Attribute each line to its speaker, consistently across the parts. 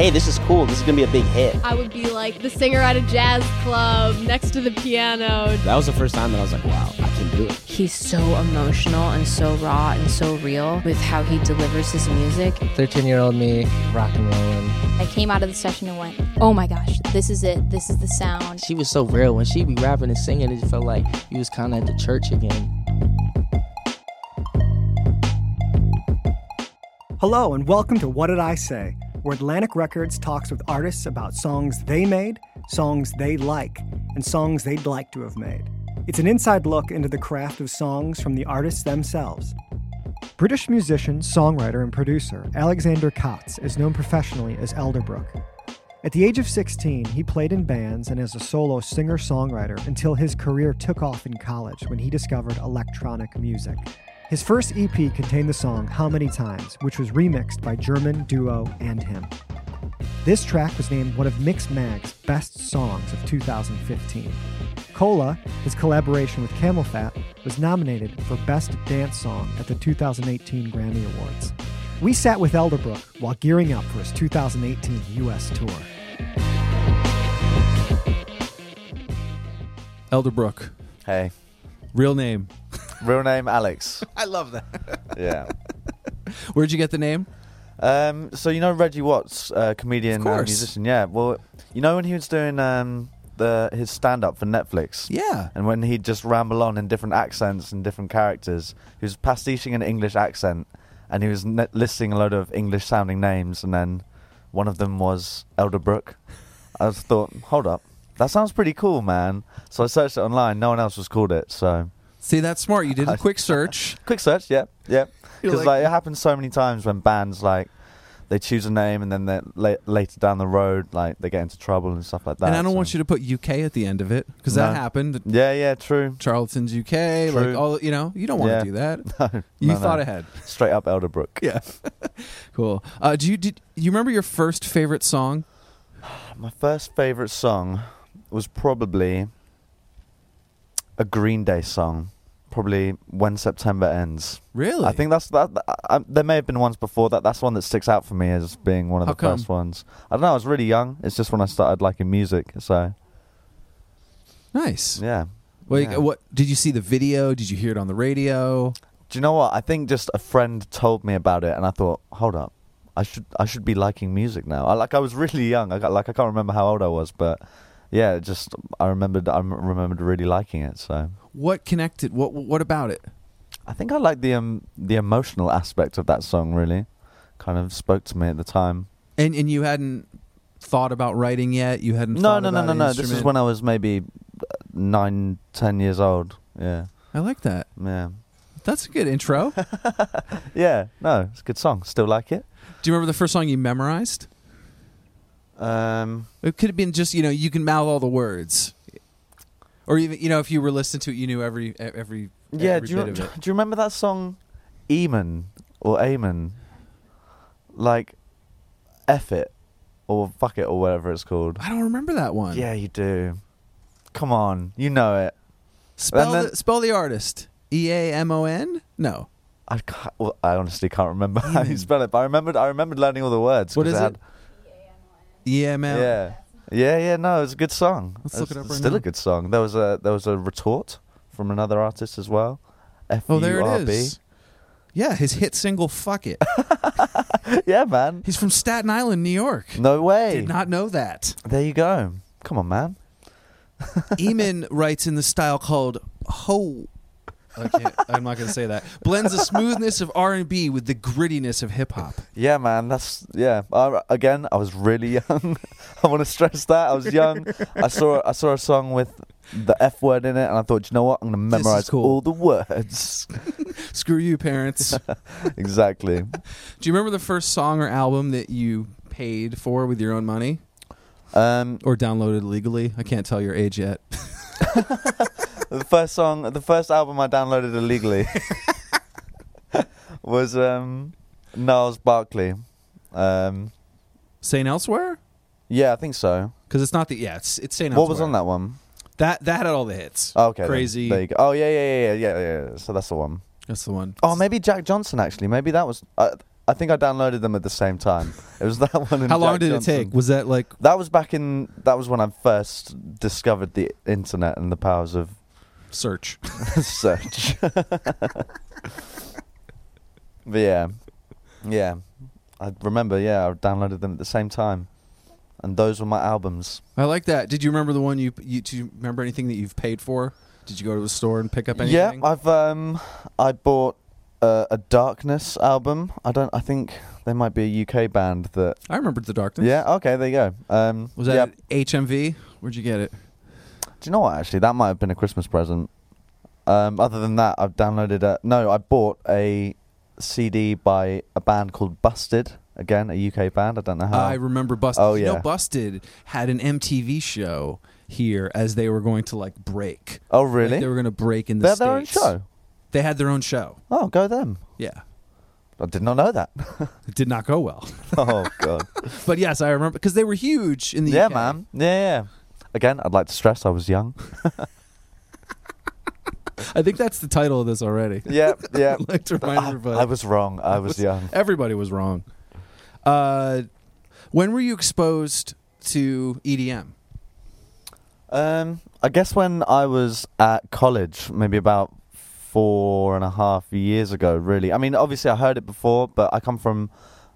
Speaker 1: hey, this is cool. This is going to be a big hit.
Speaker 2: I would be like the singer at a jazz club next to the piano.
Speaker 1: That was the first time that I was like, wow, I can do it.
Speaker 3: He's so emotional and so raw and so real with how he delivers his music.
Speaker 4: 13 year old me, rock and rolling.
Speaker 5: I came out of the session and went, oh my gosh, this is it. This is the sound.
Speaker 6: She was so real. When she be rapping and singing, it felt like you was kind of at the church again.
Speaker 7: Hello, and welcome to What Did I Say, where Atlantic Records talks with artists about songs they made, songs they like, and songs they'd like to have made. It's an inside look into the craft of songs from the artists themselves. British musician, songwriter, and producer Alexander Kotz is known professionally as Elderbrook. At the age of 16, he played in bands and as a solo singer songwriter until his career took off in college when he discovered electronic music. His first EP contained the song How Many Times, which was remixed by German duo and him. This track was named one of Mix Mag's best songs of 2015. Cola, his collaboration with Camel Fat, was nominated for Best Dance Song at the 2018 Grammy Awards. We sat with Elderbrook while gearing up for his 2018 US tour.
Speaker 8: Elderbrook,
Speaker 9: Hey,
Speaker 8: real name.
Speaker 9: real name Alex.
Speaker 8: I love that.
Speaker 9: yeah.
Speaker 8: Where'd you get the name?
Speaker 9: Um, so you know Reggie Watts, uh, comedian
Speaker 8: Of
Speaker 9: and
Speaker 8: course.
Speaker 9: musician. Yeah. Well, you know when he was doing um, the his stand up for Netflix.
Speaker 8: Yeah.
Speaker 9: And when he'd just ramble on in different accents and different characters, he was pastiching an English accent, and he was ne- listing a load of English sounding names, and then one of them was Elderbrook. I just thought, hold up, that sounds pretty cool, man. So I searched it online. No one else was called it, so.
Speaker 8: See, that's smart. You did a quick search.
Speaker 9: Quick search, yeah, yeah.
Speaker 8: You're like-
Speaker 9: Because like, it happens so many times when bands like they choose a name and then they la- later down the road like they get into trouble and stuff like that.
Speaker 8: and I don't want you to put UK at the end of it because that
Speaker 9: No.
Speaker 8: happened.
Speaker 9: Yeah, yeah, true.
Speaker 8: Charlton's UK, like
Speaker 9: True.
Speaker 8: all you know, you don't want
Speaker 9: Yeah.
Speaker 8: to do that.
Speaker 9: No,
Speaker 8: You
Speaker 9: no, no.
Speaker 8: thought ahead.
Speaker 9: Straight up Elderbrook.
Speaker 8: Yeah, cool. Uh, do you did you remember your first favorite song?
Speaker 9: My first favorite song was probably a Green Day song. Probably when September ends.
Speaker 8: Really?
Speaker 9: I think that's that. that- I, I- there may have been ones before that. That's one that sticks out for me as being one of
Speaker 8: How
Speaker 9: the
Speaker 8: come?
Speaker 9: first ones. I don't know. I was really young. It's just when I started liking music. So
Speaker 8: nice.
Speaker 9: yeah.
Speaker 8: Like,
Speaker 9: Yeah.
Speaker 8: what did you see the video? Did you hear it on the radio?
Speaker 9: Do you know what? I think just a friend told me about it, and I thought, hold up, I should I should be liking music now. I, like I was really young. I got, like I can't remember how old I was, but yeah, it just I remembered I m- remembered really liking it. So
Speaker 8: What connected? What what about it?
Speaker 9: I think I liked the um, the emotional aspect of that song. Really, kind of spoke to me at the time.
Speaker 8: And and you hadn't thought about writing yet. You hadn't.
Speaker 9: No,
Speaker 8: thought
Speaker 9: no, no,
Speaker 8: Mm, about
Speaker 9: no,
Speaker 8: an
Speaker 9: no. This is
Speaker 8: instrument?
Speaker 9: when I was maybe uh, nine, ten years old. Yeah,
Speaker 8: I like that.
Speaker 9: yeah,
Speaker 8: That's a good intro. do
Speaker 9: yeah. No, it's a good song. Still like it.
Speaker 8: you remember the first song you memorized?
Speaker 9: Um,
Speaker 8: It could have been just you know you can mouth all the words, or even you know if you were listening to it, you knew every e, every
Speaker 9: Yeah,
Speaker 8: every
Speaker 9: do you,
Speaker 8: bit
Speaker 9: do
Speaker 8: of it.
Speaker 9: you remember that song, Eamon or Eamon? Like, F it or fuck it or whatever it's called.
Speaker 8: I don't remember that one.
Speaker 9: Yeah, you do. Come on, you know it.
Speaker 8: Spell
Speaker 9: And then-
Speaker 8: the, spell the artist. E A M O N. No.
Speaker 9: I can't, well, I honestly can't remember how you spell it, but I remembered. I remembered learning all the words.
Speaker 8: What
Speaker 9: 'cause
Speaker 8: is
Speaker 9: had-
Speaker 8: it? E A M L.
Speaker 9: Yeah, yeah, yeah. No, it's a good song.
Speaker 8: Let's look
Speaker 9: It's
Speaker 8: it up right
Speaker 9: Still
Speaker 8: now.
Speaker 9: a good song. There was a there was a retort from another artist as well. F
Speaker 8: Oh, there
Speaker 9: E U R
Speaker 8: it
Speaker 9: B.
Speaker 8: is. Yeah, his hit single "Fuck It."
Speaker 9: Yeah, man.
Speaker 8: He's from Staten Island, New York.
Speaker 9: No way.
Speaker 8: Did not know that.
Speaker 9: There you go. Come on, man.
Speaker 8: Eamon writes in the style called ho. I can't, I'm not going to say that. Blends the smoothness of R and B with the grittiness of hip hop.
Speaker 9: Yeah, man, that's yeah. I, again, I was really young. I want to stress that I was young. I saw I saw a song with the F word in it, and I thought, you know what, I'm gonna
Speaker 8: This is
Speaker 9: memorize
Speaker 8: cool."
Speaker 9: all the words.
Speaker 8: Screw you, parents.
Speaker 9: exactly.
Speaker 8: Do you remember the first song or album that you paid for with your own money
Speaker 9: Um,
Speaker 8: or downloaded legally? I can't tell your age yet.
Speaker 9: the first song, the first album I downloaded illegally was um, Niles Barkley. Um,
Speaker 8: Saying elsewhere?
Speaker 9: yeah, I think so.
Speaker 8: Because it's not the yeah. It's it's saying
Speaker 9: what was on that one?
Speaker 8: That that had all the hits.
Speaker 9: Oh, okay, then.
Speaker 8: crazy.
Speaker 9: There you go. Oh yeah, yeah, yeah, yeah, yeah, yeah. So that's the one.
Speaker 8: That's the one.
Speaker 9: Oh, maybe Jack Johnson actually. Maybe that was. Uh, I think I downloaded them at the same time. It was that one. And
Speaker 8: How long
Speaker 9: Jack
Speaker 8: did it
Speaker 9: Johnson.
Speaker 8: take? Was that like
Speaker 9: That was back in. That was when I first discovered the internet and the powers of
Speaker 8: search?
Speaker 9: search. but yeah, yeah, I remember. Yeah, I downloaded them at the same time, and those were my albums.
Speaker 8: I like that. Did you remember the one you, you do you remember anything that you've paid for? Did you go to a store and pick up
Speaker 9: Yeah,
Speaker 8: anything?
Speaker 9: I've um, I bought uh, a Darkness album. I don't. I think they might be a UK band that.
Speaker 8: I remembered the darkness.
Speaker 9: Yeah. Okay. There you go. Um,
Speaker 8: Was
Speaker 9: yeah.
Speaker 8: that at HMV? Where'd you get it?
Speaker 9: Do you know what? Actually, that might have been a Christmas present. Um, other than that, I've downloaded a no. I bought a CD by a band called Busted. Again, a UK band. I don't know how.
Speaker 8: I remember Busted.
Speaker 9: Uh-huh. Oh,
Speaker 8: You know,
Speaker 9: yeah.
Speaker 8: Busted had an MTV show here as they were going to like break.
Speaker 9: oh,
Speaker 8: Like,
Speaker 9: really?
Speaker 8: they were going to break in the
Speaker 9: They're their own
Speaker 8: States.
Speaker 9: show.
Speaker 8: They had their own show.
Speaker 9: Oh, go them.
Speaker 8: Yeah.
Speaker 9: I did not know that.
Speaker 8: It did not go well.
Speaker 9: oh god.
Speaker 8: But yes, I remember because they were huge in the
Speaker 9: yeah,
Speaker 8: UK.
Speaker 9: man. Yeah, yeah. Again, I'd like to stress I was young.
Speaker 8: I think that's the title of this already.
Speaker 9: yep, yep.
Speaker 8: I'd like to remind everybody.
Speaker 9: Uh, Ah, I was wrong. I was young.
Speaker 8: Everybody was wrong. Uh, when were you exposed to E EDM?
Speaker 9: Um, I guess when I was at college, maybe about four and a half years ago, really. I mean, obviously I heard it before, but I come from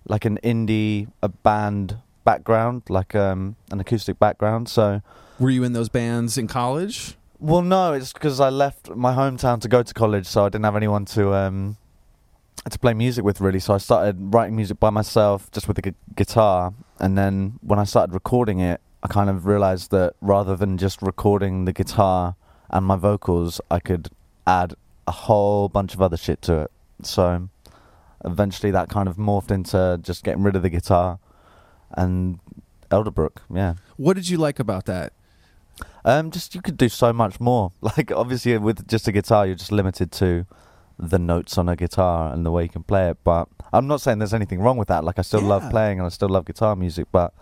Speaker 9: like an indie a band background, like um, an acoustic background. So,
Speaker 8: Were you in those bands in college?
Speaker 9: well, no, it's because I left my hometown to go to college, so I didn't have anyone to um to play music with really. So I started writing music by myself, just with a gu- guitar, and then when I started recording it, I kind of realized that rather than just recording the guitar and my vocals, I could add a whole bunch of other shit to it. So eventually, that kind of morphed into just getting rid of the guitar and Elderbrook, yeah.
Speaker 8: What did you like about that?
Speaker 9: Um, just you could do so much more. Like obviously with just a guitar, you're just limited to the notes on a guitar and the way you can play it. But I'm not saying there's anything wrong with that. Like I still
Speaker 8: Yeah.
Speaker 9: love playing and I still love guitar music, but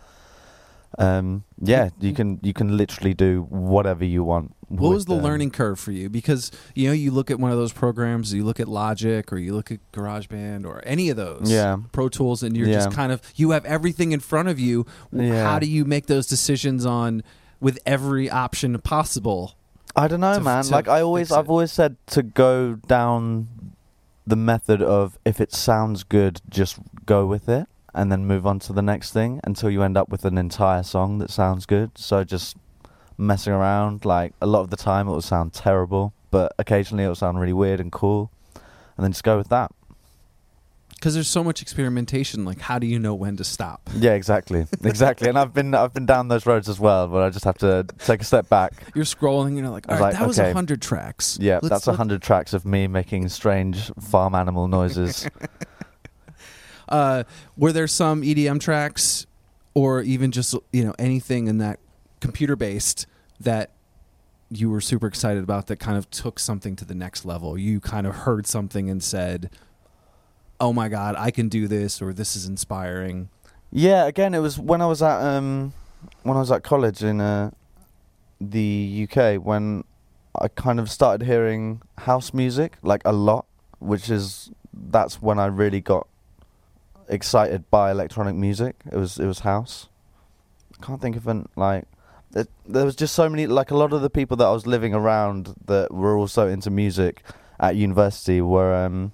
Speaker 9: um, yeah, you can you can literally do whatever you want.
Speaker 8: What was
Speaker 9: with,
Speaker 8: the
Speaker 9: um,
Speaker 8: learning curve for you? Because you know, you look at one of those programs, you look at Logic or you look at GarageBand or any of those
Speaker 9: Yeah.
Speaker 8: Pro Tools, and you're just
Speaker 9: Yeah.
Speaker 8: kind of you have everything in front of you.
Speaker 9: Yeah.
Speaker 8: How do you make those decisions on with every option possible?
Speaker 9: I don't know,
Speaker 8: to-
Speaker 9: man.
Speaker 8: to
Speaker 9: like I always,
Speaker 8: fix it?
Speaker 9: I've always said to go down the method of if it sounds good, just go with it, and then move on to the next thing until you end up with an entire song that sounds good. So just messing around. Like a lot of the time, it will sound terrible, but occasionally it will sound really weird and cool, and then just go with that.
Speaker 8: Because there's so much experimentation. Like, how do you know when to stop?
Speaker 9: Yeah, exactly, exactly. and I've been, I've been down those roads as well, but I just have to take a step back.
Speaker 8: You're scrolling, and you're like,
Speaker 9: I
Speaker 8: all
Speaker 9: was
Speaker 8: right,
Speaker 9: like,
Speaker 8: that was
Speaker 9: okay.
Speaker 8: was hundred tracks.
Speaker 9: Yeah,
Speaker 8: Let's-
Speaker 9: that's a
Speaker 8: let's-
Speaker 9: hundred tracks of me making strange farm animal noises.
Speaker 8: Uh, were there some EDM tracks, or even just you know anything in that computer based that you were super excited about that kind of took something to the next level? You kind of heard something and said, "Oh my god, I can do this," or "This is inspiring."
Speaker 9: Yeah, again, it was when I was at um, when I was at college in uh, the UK when I kind of started hearing house music like a lot, which is that's when I really got excited by electronic music. It was it was house. I can't think of an like. It, there was just so many like a lot of the people that I was living around that were also into music at university were um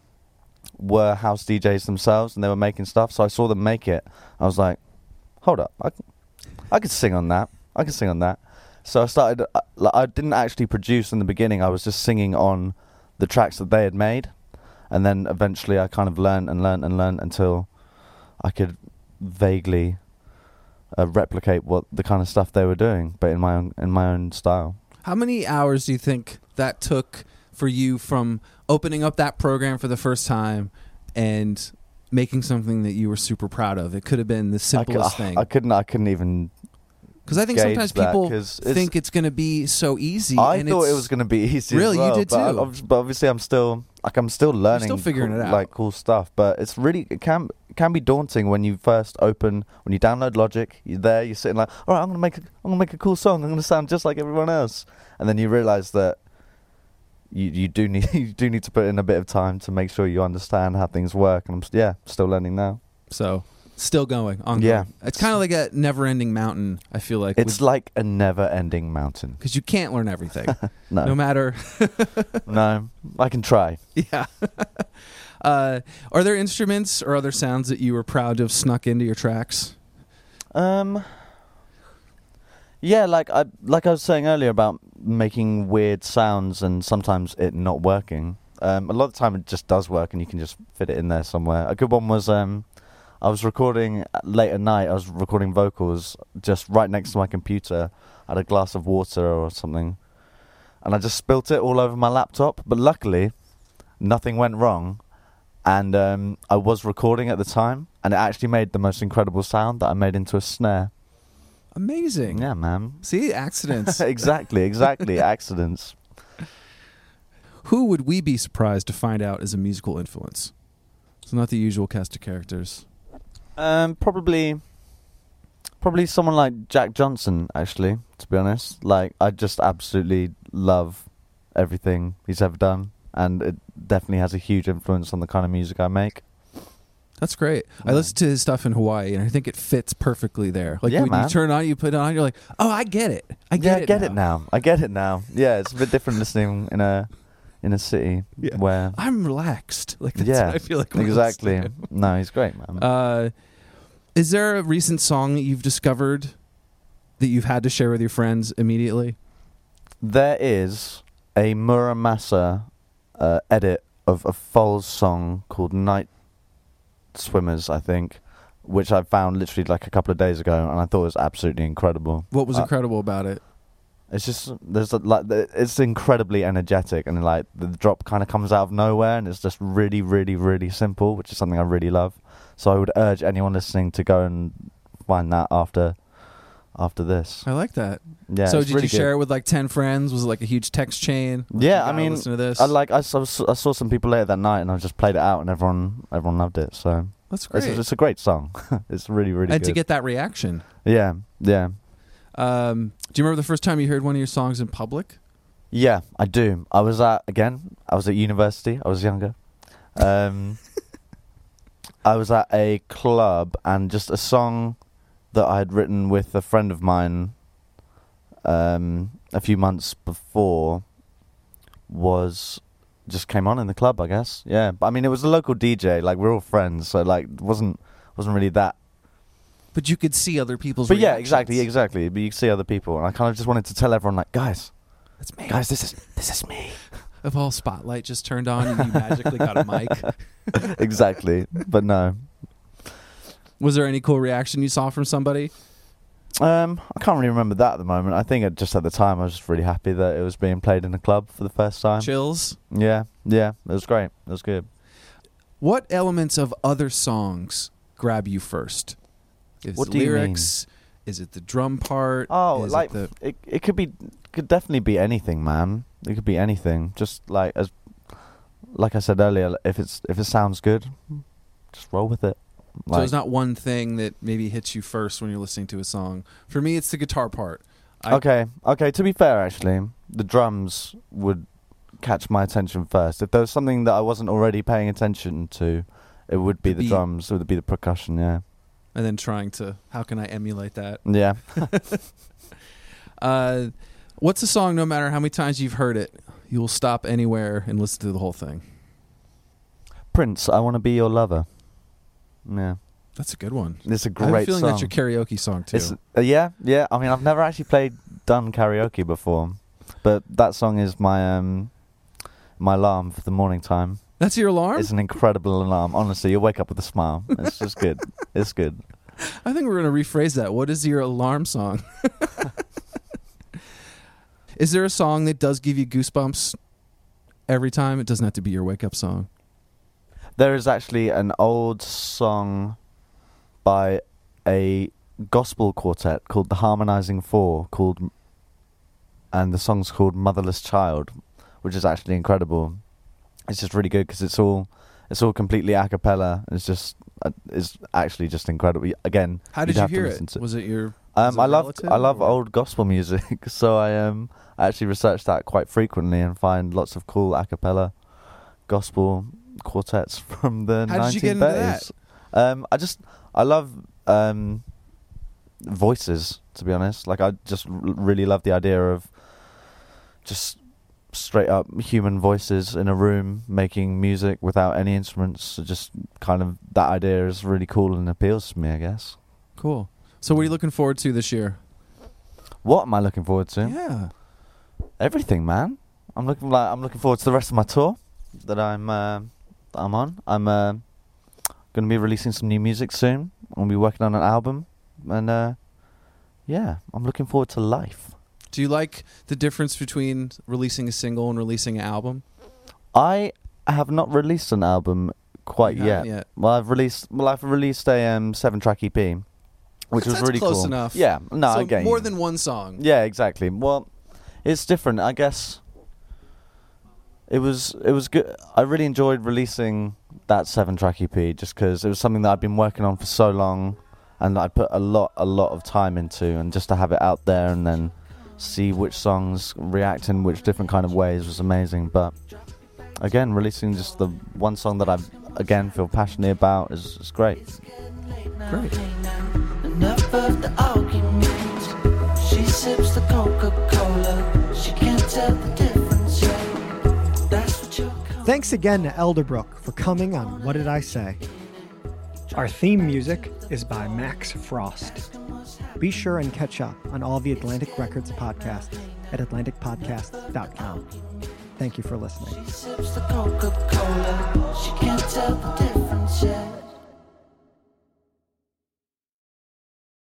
Speaker 9: were house DJs themselves and they were making stuff. So I saw them make it. I was like, hold up, I, c- I could sing on that. I could sing on that. So I started. uh, Like, I didn't actually produce in the beginning. I was just singing on the tracks that they had made, and then eventually I kind of learned and learned and learned until I could vaguely uh, replicate what the kind of stuff they were doing, but in my own in my own style.
Speaker 8: How many hours do you think that took for you from opening up that program for the first time and making something that you were super proud of? It could have been the
Speaker 9: I cou-
Speaker 8: simplest thing.
Speaker 9: I couldn't. I couldn't even.
Speaker 8: Because I think
Speaker 9: gauge
Speaker 8: sometimes
Speaker 9: that,
Speaker 8: people
Speaker 9: 'cause it's-
Speaker 8: think it's going to be so easy.
Speaker 9: I
Speaker 8: and
Speaker 9: thought
Speaker 8: it's-
Speaker 9: it was going to be easy. as
Speaker 8: Really? You
Speaker 9: well,
Speaker 8: did
Speaker 9: but I-
Speaker 8: too?
Speaker 9: obv- but obviously, I'm still like I'm still learning,
Speaker 8: figuring
Speaker 9: cool-
Speaker 8: it out.
Speaker 9: like cool stuff. But it's really it can it can be daunting when you first open when you download Logic. You're there, you're sitting like, all right, I'm gonna make a, I'm gonna make a cool song. I'm gonna sound just like everyone else, and then you realize that you, you do need you do need to put in a bit of time to make sure you understand how things work. And I'm s- yeah, still learning now.
Speaker 8: So still going. Ongoing.
Speaker 9: Yeah.
Speaker 8: It's kind of like a never-ending mountain. I feel like
Speaker 9: It's like a never-ending mountain.
Speaker 8: because you can't learn everything,
Speaker 9: No,
Speaker 8: no
Speaker 9: no,
Speaker 8: matter.
Speaker 9: I can try.
Speaker 8: yeah. uh, are there instruments or other sounds that you were proud to have snuck into your tracks?
Speaker 9: Um. Yeah, like I like I was saying earlier about making weird sounds and sometimes it not working. Um, a lot of the time it just does work and you can just fit it in there somewhere. A good one was um, I was recording late at night. I was recording vocals just right next to my computer. I had a glass of water or something, and I just spilt it all over my laptop. But luckily, nothing went wrong, and um, I was recording at the time, and it actually made the most incredible sound that I made into a snare.
Speaker 8: Amazing.
Speaker 9: Yeah, man.
Speaker 8: See accidents.
Speaker 9: exactly, exactly. Accidents.
Speaker 8: Who would we be surprised to find out is a musical influence? So not the usual cast of characters.
Speaker 9: Um, probably, probably someone like Jack Johnson. Actually, to be honest, like I just absolutely love everything he's ever done, and it definitely has a huge influence on the kind of music I make.
Speaker 8: That's great. I
Speaker 9: Yeah.
Speaker 8: listened to his stuff in Hawaii, and I think it fits perfectly there. Like
Speaker 9: Yeah,
Speaker 8: when you
Speaker 9: man.
Speaker 8: turn it on, you put it on, you're like, oh, I get it. I get
Speaker 9: yeah,
Speaker 8: it.
Speaker 9: I get it now. I get it now. Yeah, it's a bit different listening in a in a city
Speaker 8: Yeah.
Speaker 9: where.
Speaker 8: I'm relaxed. Like that's
Speaker 9: Yeah,
Speaker 8: what I feel like when I listen
Speaker 9: Exactly.
Speaker 8: to him.
Speaker 9: No, he's great, man.
Speaker 8: Uh, is there a recent song that you've discovered that you've had to share with your friends immediately?
Speaker 9: There is a Muramasa uh, edit of a Foles song called Night Swimmers, I think, which I found literally like a couple of days ago, and I thought it was absolutely incredible.
Speaker 8: What was
Speaker 9: Uh,
Speaker 8: incredible about it?
Speaker 9: It's just there's a, like the- it's incredibly energetic, and like the drop kind of comes out of nowhere, and it's just really, really, really simple, which is something I really love. So I would urge anyone listening to go and find that after after this.
Speaker 8: I like that.
Speaker 9: Yeah.
Speaker 8: so
Speaker 9: it's
Speaker 8: did
Speaker 9: really
Speaker 8: you
Speaker 9: good.
Speaker 8: share it with like ten friends? Was it like a huge text chain? Like,
Speaker 9: Yeah,
Speaker 8: you
Speaker 9: I
Speaker 8: gotta
Speaker 9: mean,
Speaker 8: listen to this.
Speaker 9: I like I saw, I saw some people later that night, and I just played it out, and everyone everyone loved it. So
Speaker 8: That's great.
Speaker 9: it's, it's a great song. it's really really
Speaker 8: and
Speaker 9: good.
Speaker 8: to get that reaction,
Speaker 9: yeah, yeah,
Speaker 8: um, do you remember the first time you heard one of your songs in public?
Speaker 9: yeah. I do. I was at again. I was at university. I was younger. Um, I was at a club, and just a song that I had written with a friend of mine um, a few months before was just came on in the club, I guess. Yeah, but I mean, it was a local DJ. Like we're all friends, so like it wasn't wasn't really that.
Speaker 8: But you could see other people's.
Speaker 9: But yeah,
Speaker 8: reactions.
Speaker 9: exactly, exactly. But you see other people, and I kind of just wanted to tell everyone, like, guys,
Speaker 8: That's me.
Speaker 9: guys, this is this is me.
Speaker 8: If all spotlight just turned on and you magically got a mic,
Speaker 9: exactly. But no,
Speaker 8: was there any cool reaction you saw from somebody?
Speaker 9: um, I can't really remember that at the moment. I think it, just at the time, I was just really happy that it was being played in a club for the first time.
Speaker 8: Chills.
Speaker 9: Yeah, yeah, it was great. It was good.
Speaker 8: What elements of other songs grab you first? Is
Speaker 9: What
Speaker 8: it
Speaker 9: do you
Speaker 8: lyrics? Is it the drum part?
Speaker 9: Oh,
Speaker 8: Is it
Speaker 9: like
Speaker 8: the-
Speaker 9: it, it could be could definitely be anything, man. It could be anything. Just like as like I said earlier, if it's if it sounds good, just roll with it.
Speaker 8: so
Speaker 9: Like,
Speaker 8: there's not one thing that maybe hits you first when you're listening to a song. For me, it's the guitar part. I-
Speaker 9: okay, okay. To be fair, actually, the drums would catch my attention first. If there was something that I wasn't already paying attention to, it would be
Speaker 8: The
Speaker 9: the,
Speaker 8: beat.
Speaker 9: drums. It would be the percussion. Yeah,
Speaker 8: And then trying to, how can I emulate that?
Speaker 9: yeah.
Speaker 8: Uh, what's a song, no matter how many times you've heard it, you will stop anywhere and listen to the whole thing?
Speaker 9: Prince, I want to be your lover. Yeah,
Speaker 8: That's a good one.
Speaker 9: it's a
Speaker 8: I have a
Speaker 9: great
Speaker 8: feeling
Speaker 9: song.
Speaker 8: that's your karaoke song, too.
Speaker 9: It's, uh, yeah, yeah. I mean, I've never actually played done karaoke before, but that song is my um my alarm for the morning time.
Speaker 8: that's your alarm?
Speaker 9: It's an incredible alarm. Honestly, you wake up with a smile. It's just good. It's good.
Speaker 8: I think we're going to rephrase that. What is your alarm song? is there a song that does give you goosebumps every time? It doesn't have to be your wake up song.
Speaker 9: There is actually an old song by a gospel quartet called the Harmonizing Four, called, and the song's called "Motherless Child," which is actually incredible. It's just really good because it's all, it's all completely a cappella. It's just, uh, it's actually just incredible. Y- Again,
Speaker 8: How did
Speaker 9: You'd
Speaker 8: you
Speaker 9: have to
Speaker 8: hear
Speaker 9: listen
Speaker 8: it?
Speaker 9: to-
Speaker 8: Was it your Is
Speaker 9: Um,
Speaker 8: it
Speaker 9: I love
Speaker 8: relative
Speaker 9: I love
Speaker 8: or-
Speaker 9: old gospel music, so I um I actually research that quite frequently and find lots of cool a cappella gospel quartets from the
Speaker 8: How did you get into
Speaker 9: 1930s. Um, I just I love um voices to be honest. Like I just r- really love the idea of just straight up human voices in a room making music without any instruments. So just kind of that idea is really cool and appeals to me, I guess.
Speaker 8: Cool. So what are you looking forward to this year?
Speaker 9: What am I looking forward to?
Speaker 8: Yeah.
Speaker 9: Everything, man. I'm looking like I'm looking forward to the rest of my tour that I'm uh, that I'm on. I'm uh, going to be releasing some new music soon. I'm going to be working on an album, and uh, yeah, I'm looking forward to life.
Speaker 8: Do you like the difference between releasing a single and releasing an album?
Speaker 9: I have not released an album quite
Speaker 8: You
Speaker 9: yet.
Speaker 8: haven't yet.
Speaker 9: Well, I've released well, I've released a um, seven-track EP, which
Speaker 8: That's
Speaker 9: was really
Speaker 8: close
Speaker 9: cool.
Speaker 8: enough.
Speaker 9: Yeah, no,
Speaker 8: so
Speaker 9: I get
Speaker 8: more
Speaker 9: you.
Speaker 8: than one song.
Speaker 9: Yeah, exactly. Well, it's different, I guess. It was it was good. I really enjoyed releasing that seven track EP just because it was something that I'd been working on for so long, and that I put a lot a lot of time into, and just to have it out there and then see which songs react in which different kind of ways was amazing. But again, releasing just the one song that I again feel passionate about is, is great.
Speaker 8: Great.
Speaker 10: Enough of the argument. She sips the Coca Cola. She can't tell the difference yet. That's what you're.
Speaker 7: Thanks again to Elderbrook for coming on What Did I Say? Our theme music is by Max Frost. Be sure and catch up on all the Atlantic Records podcasts at AtlanticPodcasts.com. Thank you for listening.
Speaker 10: She sips the Coca Cola. She can't tell the difference yet.